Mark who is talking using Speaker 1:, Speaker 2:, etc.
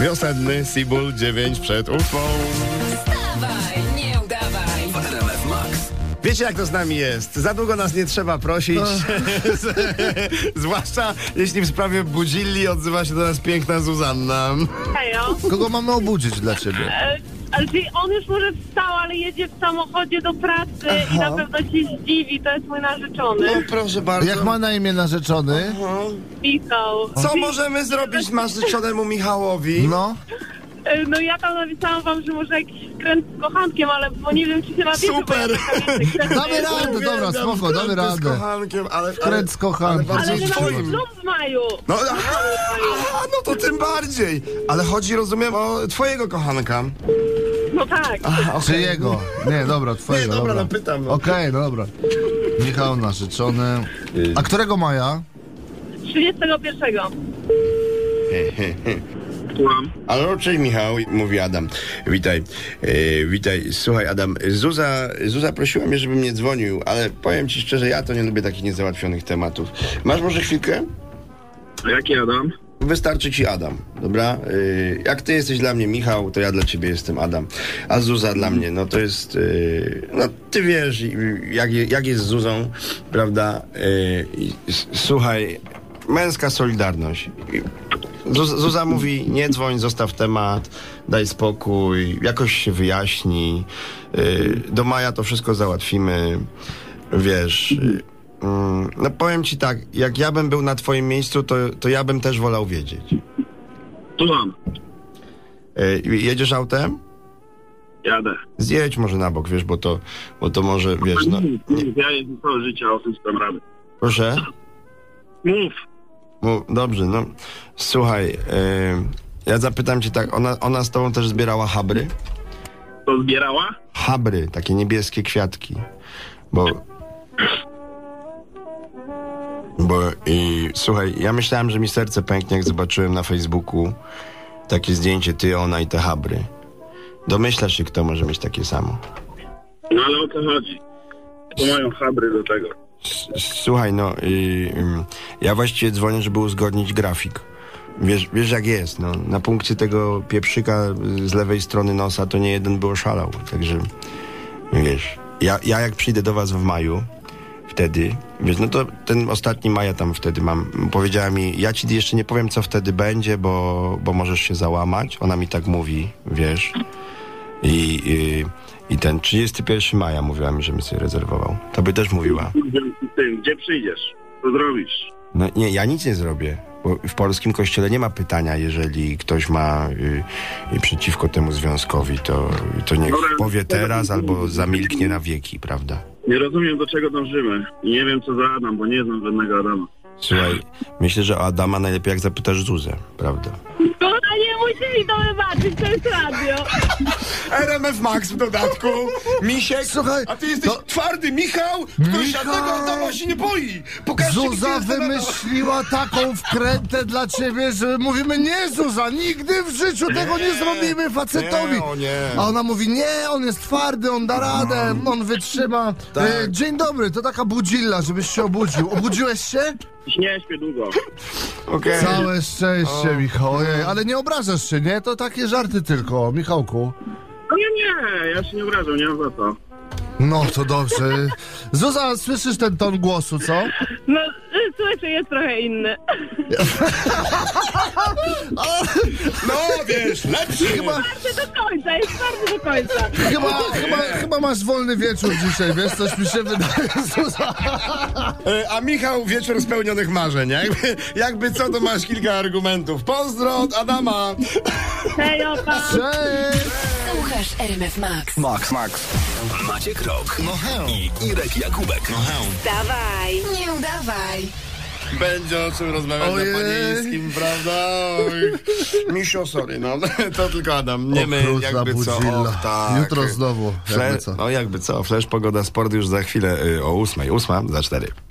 Speaker 1: Wiosenny Seabull 9 przed ósmą. Wiecie jak to z nami jest? Za długo nas nie trzeba prosić.
Speaker 2: No.
Speaker 1: Zwłaszcza jeśli w sprawie budzili odzywa się do nas piękna Zuzanna.
Speaker 3: Hejo.
Speaker 2: Kogo mamy obudzić dla ciebie?
Speaker 3: E, Czyli on już może wstał, ale jedzie w samochodzie do pracy i na pewno się zdziwi. To jest mój narzeczony.
Speaker 1: No proszę bardzo. no.
Speaker 2: Jak ma na imię narzeczony?
Speaker 3: Michał.
Speaker 1: Co możemy zrobić narzeczonemu Michałowi?
Speaker 2: No,
Speaker 3: E, No ja tam napisałam wam, że może jakiś skręt z kochankiem, ale bo nie wiem, czy się napisze.
Speaker 1: Super.
Speaker 2: damy radę, dobra,
Speaker 1: Uwielbiam
Speaker 2: spoko, damy
Speaker 1: wkręty Z
Speaker 2: radę.
Speaker 1: kochankiem, ale... ale...
Speaker 2: Kręc kochany.
Speaker 1: bardzo
Speaker 3: Ale że mamy
Speaker 1: Twoim.
Speaker 3: ślub w maju.
Speaker 1: No, aha, aha, no to tym bardziej. Ale chodzi, rozumiem, o twojego kochanka.
Speaker 3: No tak.
Speaker 1: Aha, okej.
Speaker 2: Czy jego? Nie, dobra,
Speaker 1: Nie,
Speaker 2: twojego,
Speaker 1: dobra,
Speaker 2: dobra.
Speaker 1: no pytam, no.
Speaker 2: Okej, dobra. Michał narzeczony. A którego maja?
Speaker 3: 31.
Speaker 1: Halo, cześć Michał, mówi Adam. Witaj, e, witaj. Słuchaj Adam, Zuza, Zuza prosiła mnie, żebym nie dzwonił, ale powiem ci szczerze, ja to nie lubię takich niezałatwionych tematów. Masz może chwilkę?
Speaker 4: Jaki Adam?
Speaker 1: Wystarczy ci Adam, dobra? E, jak ty jesteś dla mnie Michał, to ja dla ciebie jestem Adam. A Zuza dla mnie, no to jest... e, no ty wiesz, i- jak, je- jak jest z Zuzą, prawda? E, i s- słuchaj, męska solidarność. I- Zuz- Zuza mówi, nie dzwoń, zostaw temat, daj spokój, jakoś się wyjaśni. Yy, Do maja to wszystko załatwimy. Wiesz. yy, mm, No powiem ci tak, jak ja bym był na twoim miejscu, to, to ja bym też wolał wiedzieć.
Speaker 4: Słucham.
Speaker 1: Yy, Jedziesz autem?
Speaker 4: Jadę.
Speaker 1: Zjedź może na bok, wiesz, bo to, bo to może, wiesz, no... Nie,
Speaker 4: Ja jestem całe życie, a o tym tam rady.
Speaker 1: proszę?
Speaker 4: Mów.
Speaker 1: No, dobrze, no. Słuchaj, yy, ja zapytam cię tak, ona, ona z tobą też zbierała habry?
Speaker 4: To zbierała?
Speaker 1: habry, takie niebieskie kwiatki. Bo. Bo i słuchaj, ja myślałem, że mi serce pęknie, jak zobaczyłem na Facebooku takie zdjęcie ty, ona i te habry. Domyślasz się, kto może mieć takie samo.
Speaker 4: No ale o co chodzi? To mają habry do tego.
Speaker 1: S- Słuchaj, no i, ym, ja właściwie dzwonię, żeby uzgodnić grafik. Wiesz, wiesz jak jest, no. Na punkcie tego pieprzyka y, z lewej strony nosa to nie jeden by oszalał. Także, wiesz, ja, ja jak przyjdę do was w maju, wtedy, wiesz, no to ten ostatni maja tam wtedy mam. Powiedziała mi, ja ci jeszcze nie powiem, co wtedy będzie, bo, bo możesz się załamać. Ona mi tak mówi, wiesz. I, i, i ten 31 maja mówiła mi, żebym sobie rezerwował. To by też mówiła.
Speaker 4: Gdzie, ty, gdzie przyjdziesz? Co zrobisz?
Speaker 1: No nie, ja nic nie zrobię. Bo w polskim kościele nie ma pytania, jeżeli ktoś ma y, y, przeciwko temu związkowi, to, to niech
Speaker 4: Dobra.
Speaker 1: powie teraz albo zamilknie na wieki, prawda?
Speaker 4: Nie rozumiem, do czego dążymy. I nie wiem, co za Adam, bo nie znam żadnego Adama.
Speaker 1: Słuchaj, myślę, że o Adama najlepiej jak zapytasz Zuzę, prawda?
Speaker 3: Kochanie, nie musieli to wybaczyć, to jest radio.
Speaker 1: RMF Max w dodatku, Misiek,
Speaker 2: Słuchaj, no-
Speaker 1: a ty jesteś
Speaker 2: to-
Speaker 1: twardy Michał, który żadnego Adama się nie boi. Pokażcie mi,
Speaker 2: Zuza
Speaker 1: gdzie jest ten Adam.
Speaker 2: wymyśliła taką wkrętę dla ciebie, że mówimy nie Zuza, nigdy w życiu tego nie zrobimy facetowi.
Speaker 1: nie, o nie.
Speaker 2: A ona mówi nie, on jest twardy, on da radę, on wytrzyma.
Speaker 1: Tak.
Speaker 2: E, dzień dobry, to taka budzilla, żebyś się obudził. Obudziłeś się?
Speaker 4: Dziś Nie śpię długo.
Speaker 1: Okej.
Speaker 2: Całe szczęście, Michał. Ojej, ale nie obrażasz się, nie? To takie żarty tylko, Michałku.
Speaker 4: No nie, nie, ja się nie obrażam, nie mam za co.
Speaker 2: No to dobrze. Zuza, słyszysz ten ton głosu, co?
Speaker 3: No, y, słyszę, jest trochę inny.
Speaker 1: No wiesz, lepszy chyba.
Speaker 3: Bardzo do końca, jest bardzo do końca.
Speaker 2: Chyba, chyba, chyba masz wolny wieczór dzisiaj, wiesz? Coś mi się wydaje, Zuza.
Speaker 1: E, A Michał, wieczór spełnionych marzeń. Jakby, jakby co, to masz kilka argumentów. Pozdro od Adama.
Speaker 3: Hejo, pa.
Speaker 2: Cześć!
Speaker 5: Słuchasz RMF Max.
Speaker 6: Max, Max. Maciek Rok. No i Irek Jakubek.
Speaker 5: Dawaj, nie udawaj.
Speaker 1: Będzie o czym rozmawiać
Speaker 2: Ojej.
Speaker 1: na panieńskim, prawda? Oj. Misio, sorry, no. To tylko Adam, nie my,
Speaker 2: Okrutna
Speaker 1: jakby co.
Speaker 2: budzilla.
Speaker 1: Och, tak.
Speaker 2: Jutro znowu, jakby
Speaker 1: Fle-
Speaker 2: co.
Speaker 1: No jakby co, Flash Pogoda Sport już za chwilę y, o ósmej. Ósma za cztery.